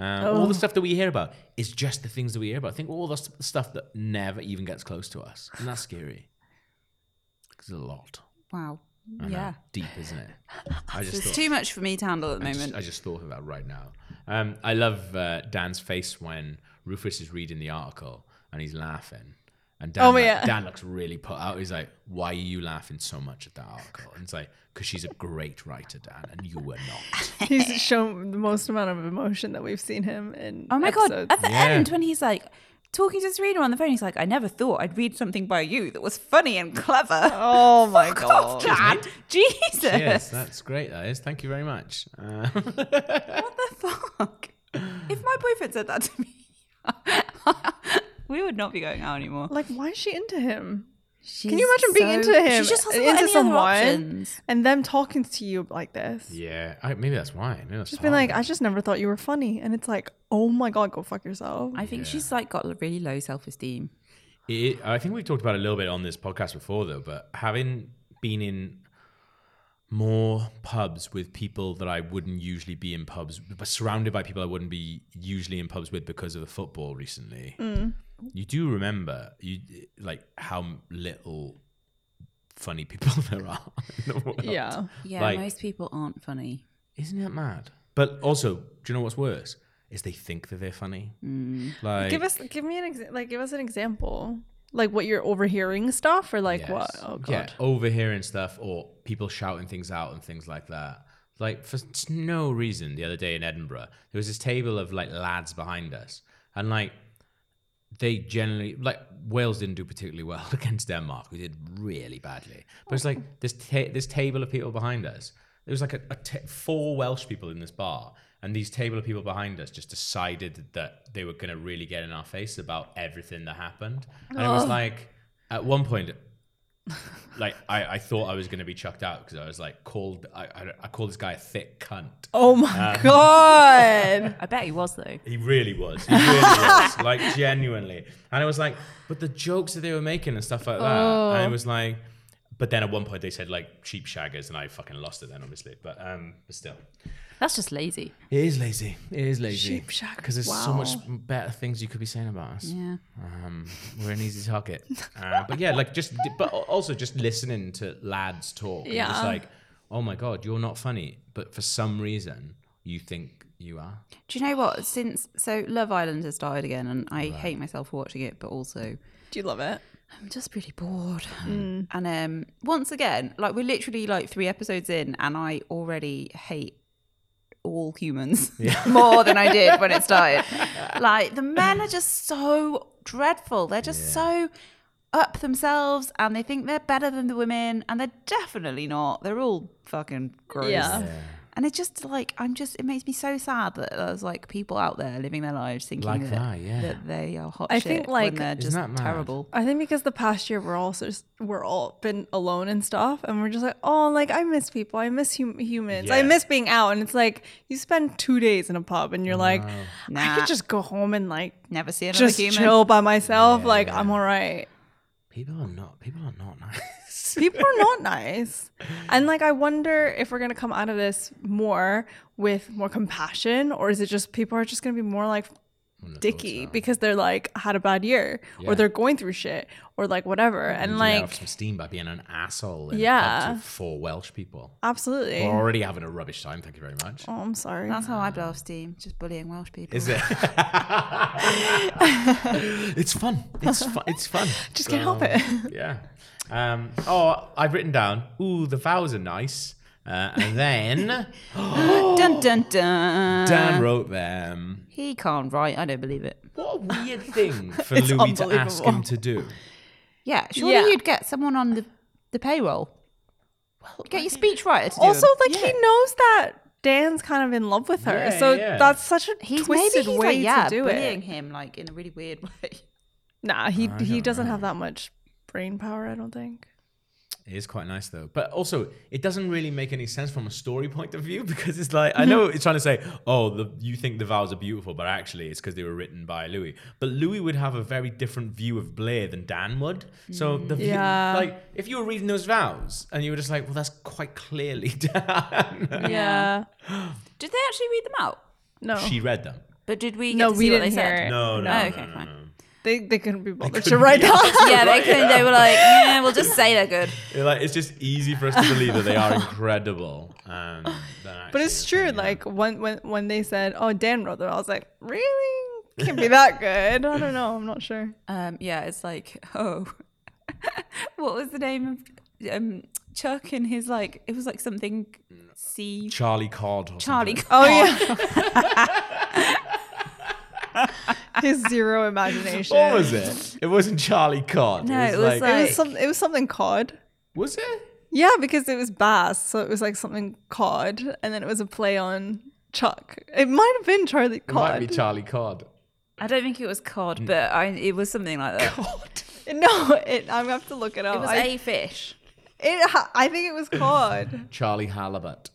[SPEAKER 5] Um, All
[SPEAKER 3] Oh.
[SPEAKER 5] the stuff that we hear about is just the things that we hear about. Think all the s- stuff that never even gets close to us. And that's scary. It's a lot.
[SPEAKER 4] baby. Wow.
[SPEAKER 5] I know.
[SPEAKER 4] Yeah.
[SPEAKER 5] Deep, isn't it? I just
[SPEAKER 4] It's
[SPEAKER 5] thought-
[SPEAKER 4] too much for me to handle at the
[SPEAKER 5] I just,
[SPEAKER 4] moment.
[SPEAKER 5] I just thought of that right now. Um, I love uh, Dan's face when Rufus is reading the article and he's laughing. And Dan,
[SPEAKER 3] Oh,
[SPEAKER 5] like-
[SPEAKER 3] yeah.
[SPEAKER 5] Dan looks really put out. He's like, "Why are you laughing so much at that article?" And it's like, "Because she's a great writer, Dan, and you were not."
[SPEAKER 3] He's shown the most amount of emotion that we've seen him in.
[SPEAKER 4] Oh my
[SPEAKER 3] episodes.
[SPEAKER 4] god! At the
[SPEAKER 5] Yeah.
[SPEAKER 4] end, when he's like talking to his reader on the phone, he's like, "I never thought I'd read something by you that was funny and clever."
[SPEAKER 3] oh my
[SPEAKER 4] Fuck off,
[SPEAKER 3] god!
[SPEAKER 4] Dad. Jesus,
[SPEAKER 5] yes, that's great. That is. Thank you very much. Uh,
[SPEAKER 4] fuck. If my boyfriend said that to me, we would not be going out anymore.
[SPEAKER 3] Like, why is she into him?
[SPEAKER 4] She's
[SPEAKER 3] Can you imagine being
[SPEAKER 4] so-
[SPEAKER 3] into him?
[SPEAKER 4] She just hasn't
[SPEAKER 3] into
[SPEAKER 4] got any
[SPEAKER 3] someone,
[SPEAKER 4] other options.
[SPEAKER 3] and them talking to you like this.
[SPEAKER 5] yeah, I, maybe that's why. Maybe that's
[SPEAKER 3] Just been like, I just never thought you were funny, and it's like, oh my god, go fuck yourself.
[SPEAKER 4] I think she's like got really low self esteem.
[SPEAKER 5] It, I think we've talked about it a little bit on this podcast before, though, but having been in more pubs with people that I wouldn't usually be in pubs, but surrounded by people I wouldn't be usually in pubs with because of the football recently,
[SPEAKER 3] Mm.
[SPEAKER 5] you do remember you like how little funny people there are in the world.
[SPEAKER 3] yeah,
[SPEAKER 4] Yeah,
[SPEAKER 5] Like-
[SPEAKER 4] most people aren't funny.
[SPEAKER 5] Isn't that mad? But also, do you know what's worse? Is they think that they're funny. Like,
[SPEAKER 3] Mm. give us, give me an exa- like, give us an example, like what you're overhearing stuff, or like what?
[SPEAKER 5] Yes.
[SPEAKER 3] Oh god,
[SPEAKER 5] Yeah, overhearing stuff or people shouting things out and things like that. Like for s- no reason, the other day in Edinburgh, there was this table of like lads behind us, and like they generally like Wales didn't do particularly well against Denmark. We did really badly. But it's like this ta- this table of people behind us. There was like a, a ta- four Welsh people in this bar, and these table of people behind us just decided that they were going to really get in our face about everything that happened. And it was
[SPEAKER 3] Oh.
[SPEAKER 5] like at one point, like I, I thought I was going to be chucked out because I was like called I, I, I called this guy a thick cunt.
[SPEAKER 3] oh my god.
[SPEAKER 4] I bet he was though.
[SPEAKER 5] He really was. He really was. Like genuinely. And it was like, but the jokes that they were making and stuff like that. And it was like, but then at one point they said like cheap shaggers, and I fucking lost it then, obviously. But um, but still,
[SPEAKER 4] That's just lazy.
[SPEAKER 5] it is lazy. It is lazy.
[SPEAKER 3] Cheap shaggers,
[SPEAKER 5] Because there's so much better things you could be saying about us.
[SPEAKER 4] Yeah.
[SPEAKER 5] Um, we're an easy target. Uh, but yeah, like just, but also just listening to lads talk. Yeah. just
[SPEAKER 3] Yeah.
[SPEAKER 5] like, oh my god, you're not funny, but for some reason you think you are.
[SPEAKER 4] Do you know what? Since so Love Island has died again, and I hate myself for watching it, but also
[SPEAKER 3] Do you love it?
[SPEAKER 4] I'm just really bored.
[SPEAKER 5] Mm.
[SPEAKER 4] And um, once again, like we're literally like three episodes in, and I already hate all humans more than I did when it started. like the men are just so dreadful. They're just so up themselves, and they think they're better than the women, and they're definitely not. They're all fucking gross.
[SPEAKER 3] Yeah.
[SPEAKER 4] And it just like I'm just it makes me so sad that there's like people out there living their lives thinking
[SPEAKER 5] Like
[SPEAKER 4] that,
[SPEAKER 5] that, yeah.
[SPEAKER 4] that they are hot
[SPEAKER 3] I
[SPEAKER 4] shit
[SPEAKER 3] think,
[SPEAKER 4] when
[SPEAKER 3] like-
[SPEAKER 4] they're
[SPEAKER 5] Isn't
[SPEAKER 4] just
[SPEAKER 5] that mad?
[SPEAKER 4] terrible.
[SPEAKER 3] I think because the past year we're all so we're all been alone and stuff, and we're just like, oh, like I miss people, I miss hum- humans, I
[SPEAKER 2] Yeah.
[SPEAKER 3] miss being out, and it's like you spend two days in a pub, and you're like, I
[SPEAKER 4] Nah.
[SPEAKER 3] could just go home and like
[SPEAKER 4] Never see another
[SPEAKER 3] just
[SPEAKER 4] human.
[SPEAKER 3] chill by myself,
[SPEAKER 5] Yeah.
[SPEAKER 3] like I'm all right.
[SPEAKER 5] People are not. People are not nice.
[SPEAKER 3] People are not nice, and like I wonder if we're gonna come out of this more with more compassion, or is it just people are just gonna be more like dicky because they're like had a bad year
[SPEAKER 5] Yeah.
[SPEAKER 3] or they're going through shit or like whatever and like
[SPEAKER 5] some steam by being an asshole. And yeah,
[SPEAKER 3] Yeah.
[SPEAKER 5] to four Welsh people.
[SPEAKER 3] absolutely
[SPEAKER 5] We're already having a rubbish time. Thank you very much.
[SPEAKER 3] Oh, I'm sorry.
[SPEAKER 4] That's how I blow off steam, just bullying Welsh people.
[SPEAKER 5] Is it? it's fun. It's fun. It's fun.
[SPEAKER 3] Just can't help it.
[SPEAKER 5] Yeah. Um, oh, I've written down. Ooh, the vows are nice. Uh, and then
[SPEAKER 4] Dun dun dun.
[SPEAKER 3] Uh.
[SPEAKER 5] Dan wrote them.
[SPEAKER 4] He can't write. I don't believe it.
[SPEAKER 5] What a weird thing for Louis to ask him
[SPEAKER 3] unbelievable.
[SPEAKER 5] to do.
[SPEAKER 4] Yeah, surely
[SPEAKER 3] Yeah.
[SPEAKER 4] you'd get someone on the, the payroll. get your speechwriter to do
[SPEAKER 3] Also,
[SPEAKER 4] them.
[SPEAKER 3] like he knows that Dan's kind of in love with her,
[SPEAKER 5] Yeah,
[SPEAKER 3] so
[SPEAKER 5] yeah.
[SPEAKER 3] that's such a
[SPEAKER 4] He's
[SPEAKER 3] twisted
[SPEAKER 4] maybe he's
[SPEAKER 3] way
[SPEAKER 4] like, yeah,
[SPEAKER 3] to do
[SPEAKER 4] bullying
[SPEAKER 3] it.
[SPEAKER 4] him like in a really weird way.
[SPEAKER 3] Nah, he he doesn't have that much brain power. I don't think.
[SPEAKER 5] It is quite nice though. But also, it doesn't really make any sense from a story point of view because it's like I know it's trying to say, oh, the, you think the vows are beautiful, but actually it's because they were written by Louis. But Louis would have a very different view of Blair than Dan would. So the view-
[SPEAKER 3] Yeah.
[SPEAKER 5] like if you were reading those vows and you were just like, well, that's quite clearly Dan.
[SPEAKER 3] Yeah.
[SPEAKER 4] Did they actually read them out?
[SPEAKER 3] No,
[SPEAKER 5] she read them.
[SPEAKER 4] But did we? Get
[SPEAKER 3] no,
[SPEAKER 4] to
[SPEAKER 3] we
[SPEAKER 4] see what
[SPEAKER 3] didn't
[SPEAKER 4] they said?
[SPEAKER 3] hear it.
[SPEAKER 5] No, no,
[SPEAKER 4] Oh,
[SPEAKER 5] no,
[SPEAKER 4] okay,
[SPEAKER 3] Mm.
[SPEAKER 5] no,
[SPEAKER 4] fine.
[SPEAKER 5] no, no.
[SPEAKER 3] They they couldn't be bothered to write that.
[SPEAKER 4] Yeah, they couldn't. They were like, yeah, we'll just say they're good.
[SPEAKER 5] They're Like it's just easy for us to believe that they are incredible. Um,
[SPEAKER 3] But it's true. Like when when when they said, "Oh, Dan wrote them," I was like, "Really? Can't be that good." I don't know. I'm not sure.
[SPEAKER 4] Um, yeah, it's like, oh, what was the name of um, Chuck and his like? It was like something C.
[SPEAKER 5] Charlie Cod. Or
[SPEAKER 4] Charlie.
[SPEAKER 5] something.
[SPEAKER 3] Oh yeah. His zero imagination.
[SPEAKER 5] What was it? It wasn't Charlie Cod.
[SPEAKER 4] No, it was
[SPEAKER 3] It
[SPEAKER 4] Like-
[SPEAKER 3] was uh, some. It was something cod.
[SPEAKER 5] Was it?
[SPEAKER 3] Yeah, because it was bass, so it was like something cod, and then it was a play on Chuck. It might have been Charlie
[SPEAKER 5] It
[SPEAKER 3] Cod.
[SPEAKER 5] Might be Charlie Cod.
[SPEAKER 4] I don't think it was cod, but I, it was something like that.
[SPEAKER 3] no, it, I'm gonna have to look it up.
[SPEAKER 4] It was
[SPEAKER 3] I,
[SPEAKER 4] a fish.
[SPEAKER 3] it ha- I think it was cod.
[SPEAKER 5] Charlie Halibut.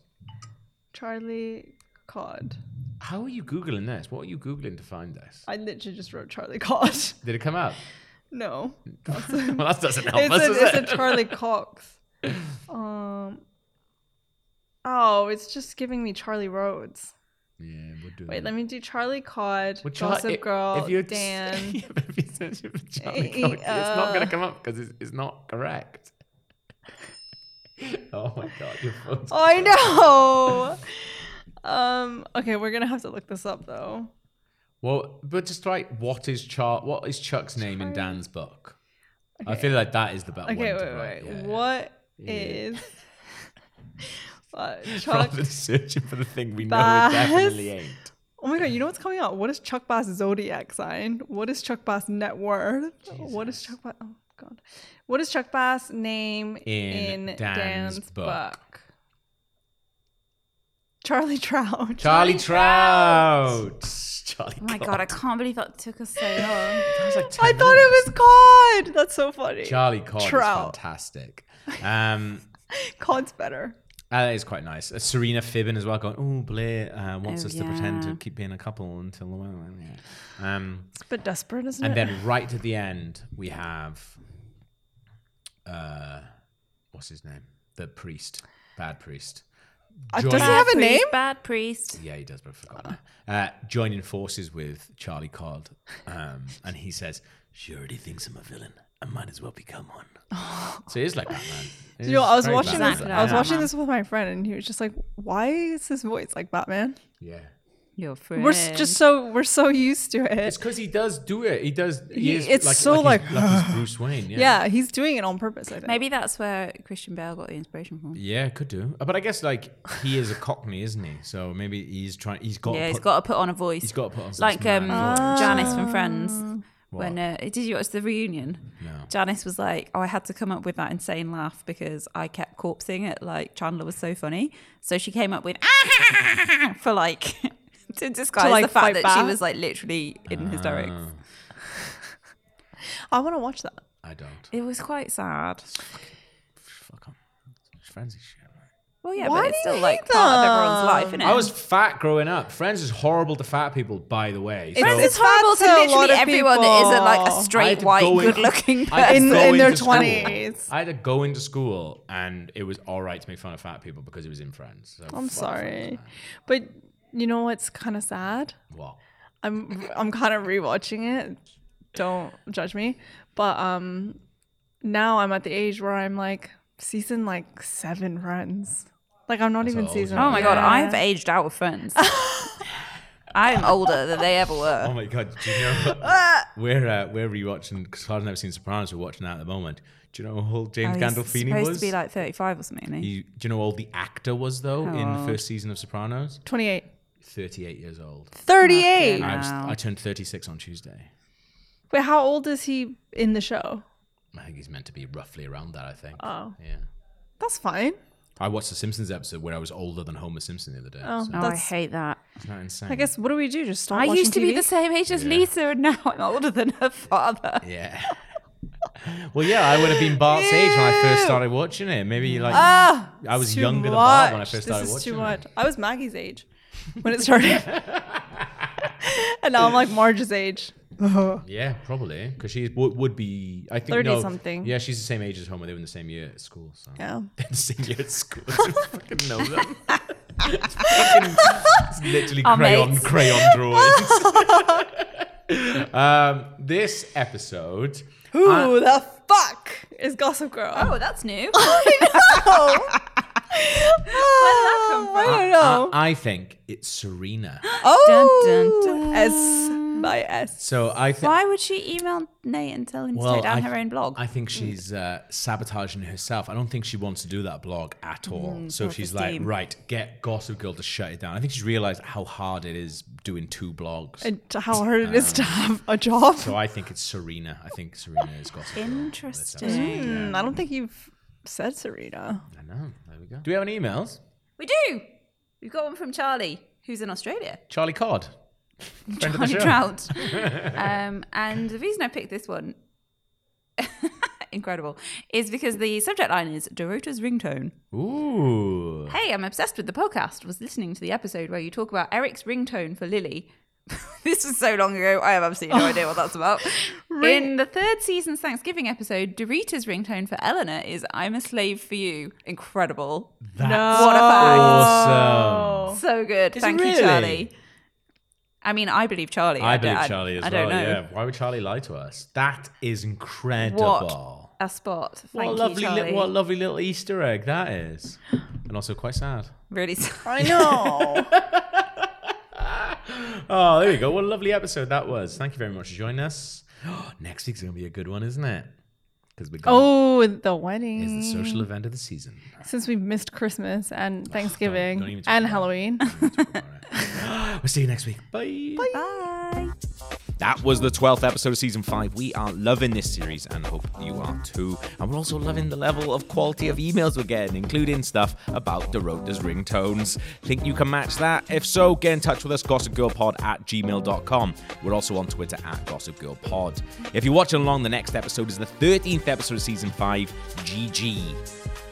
[SPEAKER 3] Charlie Cod.
[SPEAKER 5] How are you googling this? What are you googling to find this?
[SPEAKER 3] I literally just wrote Charlie Cod.
[SPEAKER 5] Did it come out?
[SPEAKER 3] No,
[SPEAKER 5] Well, that doesn't help
[SPEAKER 3] it's,
[SPEAKER 5] us,
[SPEAKER 3] a,
[SPEAKER 5] does
[SPEAKER 3] it's
[SPEAKER 5] it?
[SPEAKER 3] a Charlie Cox. Um. Oh, it's just giving me Charlie Rhodes.
[SPEAKER 5] yeah, we'll do
[SPEAKER 3] Wait,
[SPEAKER 5] that.
[SPEAKER 3] let me do Charlie Cod,
[SPEAKER 5] Well, Char-
[SPEAKER 3] Gossip
[SPEAKER 5] if-
[SPEAKER 3] Girl,
[SPEAKER 5] if you
[SPEAKER 3] Dan.
[SPEAKER 5] Yeah, but if you search for Charlie
[SPEAKER 3] Eh, eh,
[SPEAKER 5] Cod, it's not going
[SPEAKER 3] uh.
[SPEAKER 5] to come up because it's, it's not correct. oh my god, your phone's.
[SPEAKER 3] I Oh, know. um. Okay, we're gonna have to look this up though.
[SPEAKER 5] Well, but just write what is Char? What is Chuck's name in Dan's book? I feel like that is the better
[SPEAKER 3] Okay,
[SPEAKER 5] one. to
[SPEAKER 3] wait,
[SPEAKER 5] write, yeah.
[SPEAKER 3] wait. What is uh, Chuck?
[SPEAKER 5] Rather than searching for the thing we know it
[SPEAKER 3] Bass.
[SPEAKER 5] definitely ain't.
[SPEAKER 3] Oh my god! You know what's coming out? What is Chuck Bass zodiac sign? What is Chuck Bass net worth? What is Chuck Bass? Oh god! What is Chuck Bass name
[SPEAKER 5] In
[SPEAKER 3] in,
[SPEAKER 5] Dan's
[SPEAKER 3] Dan's,
[SPEAKER 5] book.
[SPEAKER 3] book? Charlie Trout.
[SPEAKER 5] Charlie Trout. Charlie.
[SPEAKER 4] Oh my god, I can't believe that took us so long.
[SPEAKER 3] I thought it was Cod. That's so funny.
[SPEAKER 5] Charlie Cod
[SPEAKER 3] Trout.
[SPEAKER 5] is fantastic. Um,
[SPEAKER 3] Cod's better.
[SPEAKER 5] uh, that is quite nice. Uh, Serena Fibin as well, going, "Oh, Blair uh, wants
[SPEAKER 4] Oh,
[SPEAKER 5] us to pretend to
[SPEAKER 4] yeah.
[SPEAKER 5] keep being a couple until the moment." Yeah. Um,
[SPEAKER 3] It's a bit desperate, isn't
[SPEAKER 5] and
[SPEAKER 3] it?
[SPEAKER 5] then right at the end, we have, uh, what's his name? The priest, bad priest.
[SPEAKER 3] Uh,
[SPEAKER 5] Join-
[SPEAKER 3] does he have a name?
[SPEAKER 4] Bad priest.
[SPEAKER 5] Yeah, he does, but I forgot that. Uh, joining forces with Charlie Cod, um, and he says, "She already thinks I'm a villain. I might as well become one." so it is like that, man. It
[SPEAKER 3] You know,
[SPEAKER 5] is
[SPEAKER 3] I was
[SPEAKER 5] very
[SPEAKER 3] watching
[SPEAKER 5] Batman.
[SPEAKER 3] this.
[SPEAKER 4] Exactly
[SPEAKER 3] I was
[SPEAKER 4] like
[SPEAKER 3] watching
[SPEAKER 4] Batman.
[SPEAKER 3] this with my friend, and he was just like, "Why is his voice like Batman?
[SPEAKER 5] Yeah,
[SPEAKER 4] Your friend.
[SPEAKER 3] We're s- just so we're so used to
[SPEAKER 5] it's
[SPEAKER 3] it.
[SPEAKER 5] because he does do it. He does. He
[SPEAKER 3] He-
[SPEAKER 5] is
[SPEAKER 3] it's
[SPEAKER 5] like,
[SPEAKER 3] so
[SPEAKER 5] like, he's-
[SPEAKER 3] like-
[SPEAKER 5] like he's Bruce Wayne. Yeah.
[SPEAKER 3] Yeah, he's doing it on purpose. I think.
[SPEAKER 4] Maybe that's where Christian Bale got the inspiration from.
[SPEAKER 5] Yeah, could do. Uh, But I guess like he is a Cockney, isn't he? So maybe he's trying. He's got.
[SPEAKER 4] Yeah,
[SPEAKER 5] to
[SPEAKER 4] he's
[SPEAKER 5] put-
[SPEAKER 4] got to put on a voice.
[SPEAKER 5] He's got to put on some
[SPEAKER 4] like um,
[SPEAKER 5] man voice.
[SPEAKER 4] Janice from Friends. when uh, did you watch the reunion?
[SPEAKER 5] No.
[SPEAKER 4] Janice was like, "Oh, I had to come up with that insane laugh because I kept corpsing it. Like Chandler was so funny, so she came up with for like to disguise
[SPEAKER 3] like,
[SPEAKER 4] the fact
[SPEAKER 3] fight
[SPEAKER 4] that she
[SPEAKER 3] back?
[SPEAKER 4] was like literally in
[SPEAKER 5] Ah.
[SPEAKER 4] hysterics.
[SPEAKER 3] I want to watch that.
[SPEAKER 5] I don't.
[SPEAKER 4] It was quite sad.
[SPEAKER 5] Fuck on. Friends is shit. man.
[SPEAKER 4] Well, yeah,
[SPEAKER 3] Why
[SPEAKER 4] but it's
[SPEAKER 3] do
[SPEAKER 4] still
[SPEAKER 3] you
[SPEAKER 4] like
[SPEAKER 3] hate
[SPEAKER 4] part of everyone's
[SPEAKER 3] them?
[SPEAKER 4] life, isn't it?
[SPEAKER 5] I was fat growing up. Friends is horrible to fat people, by the way.
[SPEAKER 3] Friends
[SPEAKER 5] so
[SPEAKER 3] is
[SPEAKER 4] it's horrible to
[SPEAKER 3] That's a lot
[SPEAKER 4] literally
[SPEAKER 3] of
[SPEAKER 4] everyone that isn't like
[SPEAKER 3] people.
[SPEAKER 5] I
[SPEAKER 4] a
[SPEAKER 5] had
[SPEAKER 4] straight,
[SPEAKER 5] to
[SPEAKER 4] white,
[SPEAKER 5] go in-
[SPEAKER 4] good-looking
[SPEAKER 5] I had to
[SPEAKER 4] person.
[SPEAKER 3] In-
[SPEAKER 5] go
[SPEAKER 3] in their
[SPEAKER 5] into school.
[SPEAKER 3] 20s.
[SPEAKER 5] I had to go into school and it was all right to make fun of fat people because it was in Friends. So
[SPEAKER 3] I'm
[SPEAKER 5] fuck
[SPEAKER 3] sorry,
[SPEAKER 5] Friends, man.
[SPEAKER 3] but you know what's kind of sad?
[SPEAKER 5] What?
[SPEAKER 3] I'm I'm kind of rewatching it. Don't judge me, but um, now I'm at the age where I'm like season like seven Friends. Like I'm not even
[SPEAKER 5] how old
[SPEAKER 3] season.
[SPEAKER 5] you
[SPEAKER 4] Oh my god,
[SPEAKER 3] Yeah.
[SPEAKER 4] I've aged out of friends. I am older than they ever
[SPEAKER 5] Oh
[SPEAKER 4] were.
[SPEAKER 5] my god! Do you know we're uh, we're rewatching because I've never seen Sopranos. We're watching that at the moment. Do you know how old James
[SPEAKER 4] Oh, He's
[SPEAKER 5] Gandolfini
[SPEAKER 4] supposed
[SPEAKER 5] was?
[SPEAKER 4] to be like 35 or something. Isn't he?
[SPEAKER 5] He- do you know how old the actor was though
[SPEAKER 4] How
[SPEAKER 5] in the
[SPEAKER 4] old?
[SPEAKER 5] first season of Sopranos?
[SPEAKER 3] 28,
[SPEAKER 5] Thirty-eight years old.
[SPEAKER 3] 38.
[SPEAKER 5] I, was,
[SPEAKER 4] Wow.
[SPEAKER 5] I turned thirty-six on Tuesday.
[SPEAKER 3] Wait, how old is he in the show?
[SPEAKER 5] I think he's meant to be roughly around that. I think.
[SPEAKER 3] Oh.
[SPEAKER 5] Yeah.
[SPEAKER 3] That's fine.
[SPEAKER 5] I watched the Simpsons episode where I was older than Homer Simpson the other day.
[SPEAKER 3] Oh,
[SPEAKER 5] so
[SPEAKER 4] Oh, I
[SPEAKER 3] that's.
[SPEAKER 4] hate that.
[SPEAKER 5] isn't that insane?
[SPEAKER 3] I guess what do we do? Just stop.
[SPEAKER 4] I
[SPEAKER 3] watching
[SPEAKER 4] used to be
[SPEAKER 3] TV?
[SPEAKER 4] the same age as
[SPEAKER 5] Yeah.
[SPEAKER 4] Lisa, and now I'm older than her father.
[SPEAKER 5] Yeah. well, yeah, I would have been Bart's age when I first started watching it. Maybe like I was
[SPEAKER 3] Mm. Ah, Too
[SPEAKER 5] younger than Bart when I
[SPEAKER 3] much.
[SPEAKER 5] first started
[SPEAKER 3] This is
[SPEAKER 5] watching
[SPEAKER 3] too
[SPEAKER 5] it.
[SPEAKER 3] much. I was Maggie's age when it started, and now I'm like Marge's age.
[SPEAKER 5] Yeah, probably because she would, would be. I think
[SPEAKER 3] 30
[SPEAKER 5] no,
[SPEAKER 3] something.
[SPEAKER 5] Yeah, she's the same age as Homer. They were in the same year at school. So.
[SPEAKER 3] Yeah.
[SPEAKER 5] the same year at school. I don't fucking know them. It's fucking- it's literally
[SPEAKER 4] Our
[SPEAKER 5] crayon
[SPEAKER 4] mates.
[SPEAKER 5] crayon drawings. um, this episode.
[SPEAKER 3] Who the fuck is Gossip Girl?
[SPEAKER 4] Oh, that's new.
[SPEAKER 3] I don't know.
[SPEAKER 5] I, I think it's Serena.
[SPEAKER 3] oh,
[SPEAKER 4] Dun, dun, dun.
[SPEAKER 3] S by S.
[SPEAKER 5] So I think
[SPEAKER 4] Why would she email Nate and tell him to take down
[SPEAKER 5] I,
[SPEAKER 4] her own blog?
[SPEAKER 5] I think she's uh, sabotaging herself. I don't think she wants to do that blog at all.
[SPEAKER 4] Mm-hmm.
[SPEAKER 5] so she's like,
[SPEAKER 4] self-esteem.
[SPEAKER 5] right, get Gossip Girl to shut it down. I think she's realized how hard it is doing two blogs.
[SPEAKER 3] And to how hard it is to have a job.
[SPEAKER 5] Uh, so I think it's Serena. I think Serena is Gossip Girl.
[SPEAKER 4] Interesting.
[SPEAKER 3] Hmm, I don't think you've said Serena.
[SPEAKER 5] I know. There we go. Do we have any emails?
[SPEAKER 4] We do. We've got one from Charlie, who's in Australia.
[SPEAKER 5] Charlie Cod. Friend of the
[SPEAKER 4] Charlie
[SPEAKER 5] show.
[SPEAKER 4] Trout. um, and the reason I picked this one, incredible, is because the subject line is Dorota's ringtone.
[SPEAKER 5] Ooh.
[SPEAKER 4] Hey, I'm obsessed with the podcast. Was listening to the episode where you talk about Eric's ringtone for Lily. this was so long ago. I have absolutely no idea what that's about. In the third season's Thanksgiving episode, Dorita's ringtone for Eleanor is "I'm a slave for you." Incredible.
[SPEAKER 5] That's
[SPEAKER 4] What a fact.
[SPEAKER 5] awesome.
[SPEAKER 4] So good.
[SPEAKER 5] Is it
[SPEAKER 4] Thank
[SPEAKER 5] really?
[SPEAKER 4] you, Charlie. I mean, I believe Charlie.
[SPEAKER 5] I
[SPEAKER 4] don't-
[SPEAKER 5] believe Charlie as
[SPEAKER 4] I
[SPEAKER 5] well.
[SPEAKER 4] don't know.
[SPEAKER 5] Yeah. Why would Charlie lie to us? That is incredible.
[SPEAKER 4] What a spot. Thank
[SPEAKER 5] What a
[SPEAKER 4] you,
[SPEAKER 5] lovely,
[SPEAKER 4] Charlie.
[SPEAKER 5] li- what a lovely little Easter egg that is, and also quite sad.
[SPEAKER 4] Really
[SPEAKER 3] I
[SPEAKER 4] sorry.
[SPEAKER 3] know.
[SPEAKER 5] Oh, there we go. What a lovely episode that was. Thank you very much for joining us. Next week's gonna be a good one, isn't it? Because we're going
[SPEAKER 3] oh, the
[SPEAKER 5] is
[SPEAKER 3] wedding.
[SPEAKER 5] the social
[SPEAKER 4] mm.
[SPEAKER 5] event of the season.
[SPEAKER 3] Since we missed Christmas and Thanksgiving
[SPEAKER 5] Oh, don't even talk
[SPEAKER 3] and
[SPEAKER 5] about it.
[SPEAKER 3] Halloween.
[SPEAKER 5] we'll see you next week. Bye. Bye.
[SPEAKER 4] Bye.
[SPEAKER 2] That was the 12th episode of season 5. We are loving this series and hope you are too. And we're also loving the level of quality of emails we're getting, including stuff about Dorota's ringtones. Think you can match that? If so, get in touch with us, gossipgirlpod at gmail.com. We're also on Twitter at gossipgirlpod. If you're watching along, the next episode is the 13th episode of season 5, GG.